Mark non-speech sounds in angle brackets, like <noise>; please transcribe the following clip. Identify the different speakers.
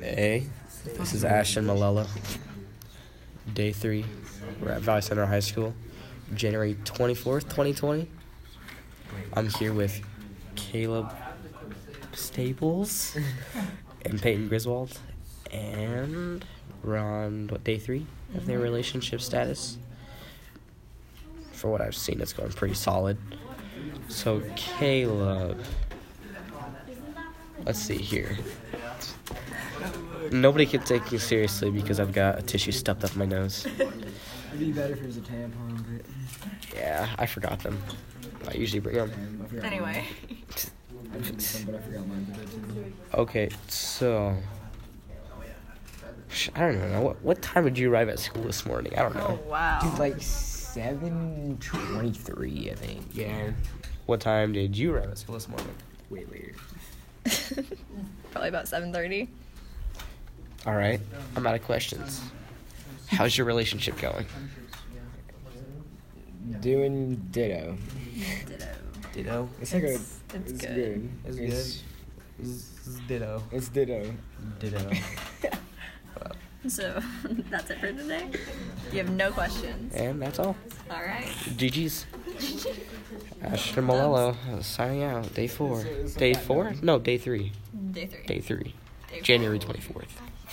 Speaker 1: Hey, this is Ashton Malella. Day three. We're at Valley Center High School, January 24th, 2020. I'm here with Caleb Staples and Peyton Griswold. And we're on what, day three of their relationship status. For what I've seen, it's going pretty solid. So, Caleb, let's see here. Nobody can take me seriously because I've got a tissue stuffed up my nose.
Speaker 2: It'd be better if it was a tampon,
Speaker 1: Yeah, I forgot them. I usually bring
Speaker 2: but.
Speaker 1: them.
Speaker 2: Um, I forgot
Speaker 3: Anyway,
Speaker 2: mine. I did some, but I forgot mine. But that's in
Speaker 1: Okay, so. Sh- I don't even know. What, what time did you arrive at school this morning? I don't
Speaker 3: <laughs> oh
Speaker 1: <laughs> know.
Speaker 3: wow.
Speaker 2: there. like seven twenty-three, I think. Yeah,
Speaker 1: What time did you arrive at school this morning?
Speaker 2: way later.
Speaker 3: <laughs> Probably about seven thirty.
Speaker 1: All right, I'm out of questions. How's your relationship going?
Speaker 2: Doing ditto.
Speaker 3: Ditto.
Speaker 4: Ditto.
Speaker 2: It's like a.
Speaker 3: It's- it's good.
Speaker 4: It's good. Z- Ditto.
Speaker 2: It's ditto.
Speaker 4: Ditto.
Speaker 3: So <laughs> that's it for today. You have no
Speaker 1: <laughs>
Speaker 3: questions.
Speaker 1: And that's all.
Speaker 3: All right.
Speaker 1: <laughs> GG's. Ashton Malello signing out. Day four. Day four? No, day three.
Speaker 3: Day three.
Speaker 1: Day three.
Speaker 3: Day four.
Speaker 1: January 24th.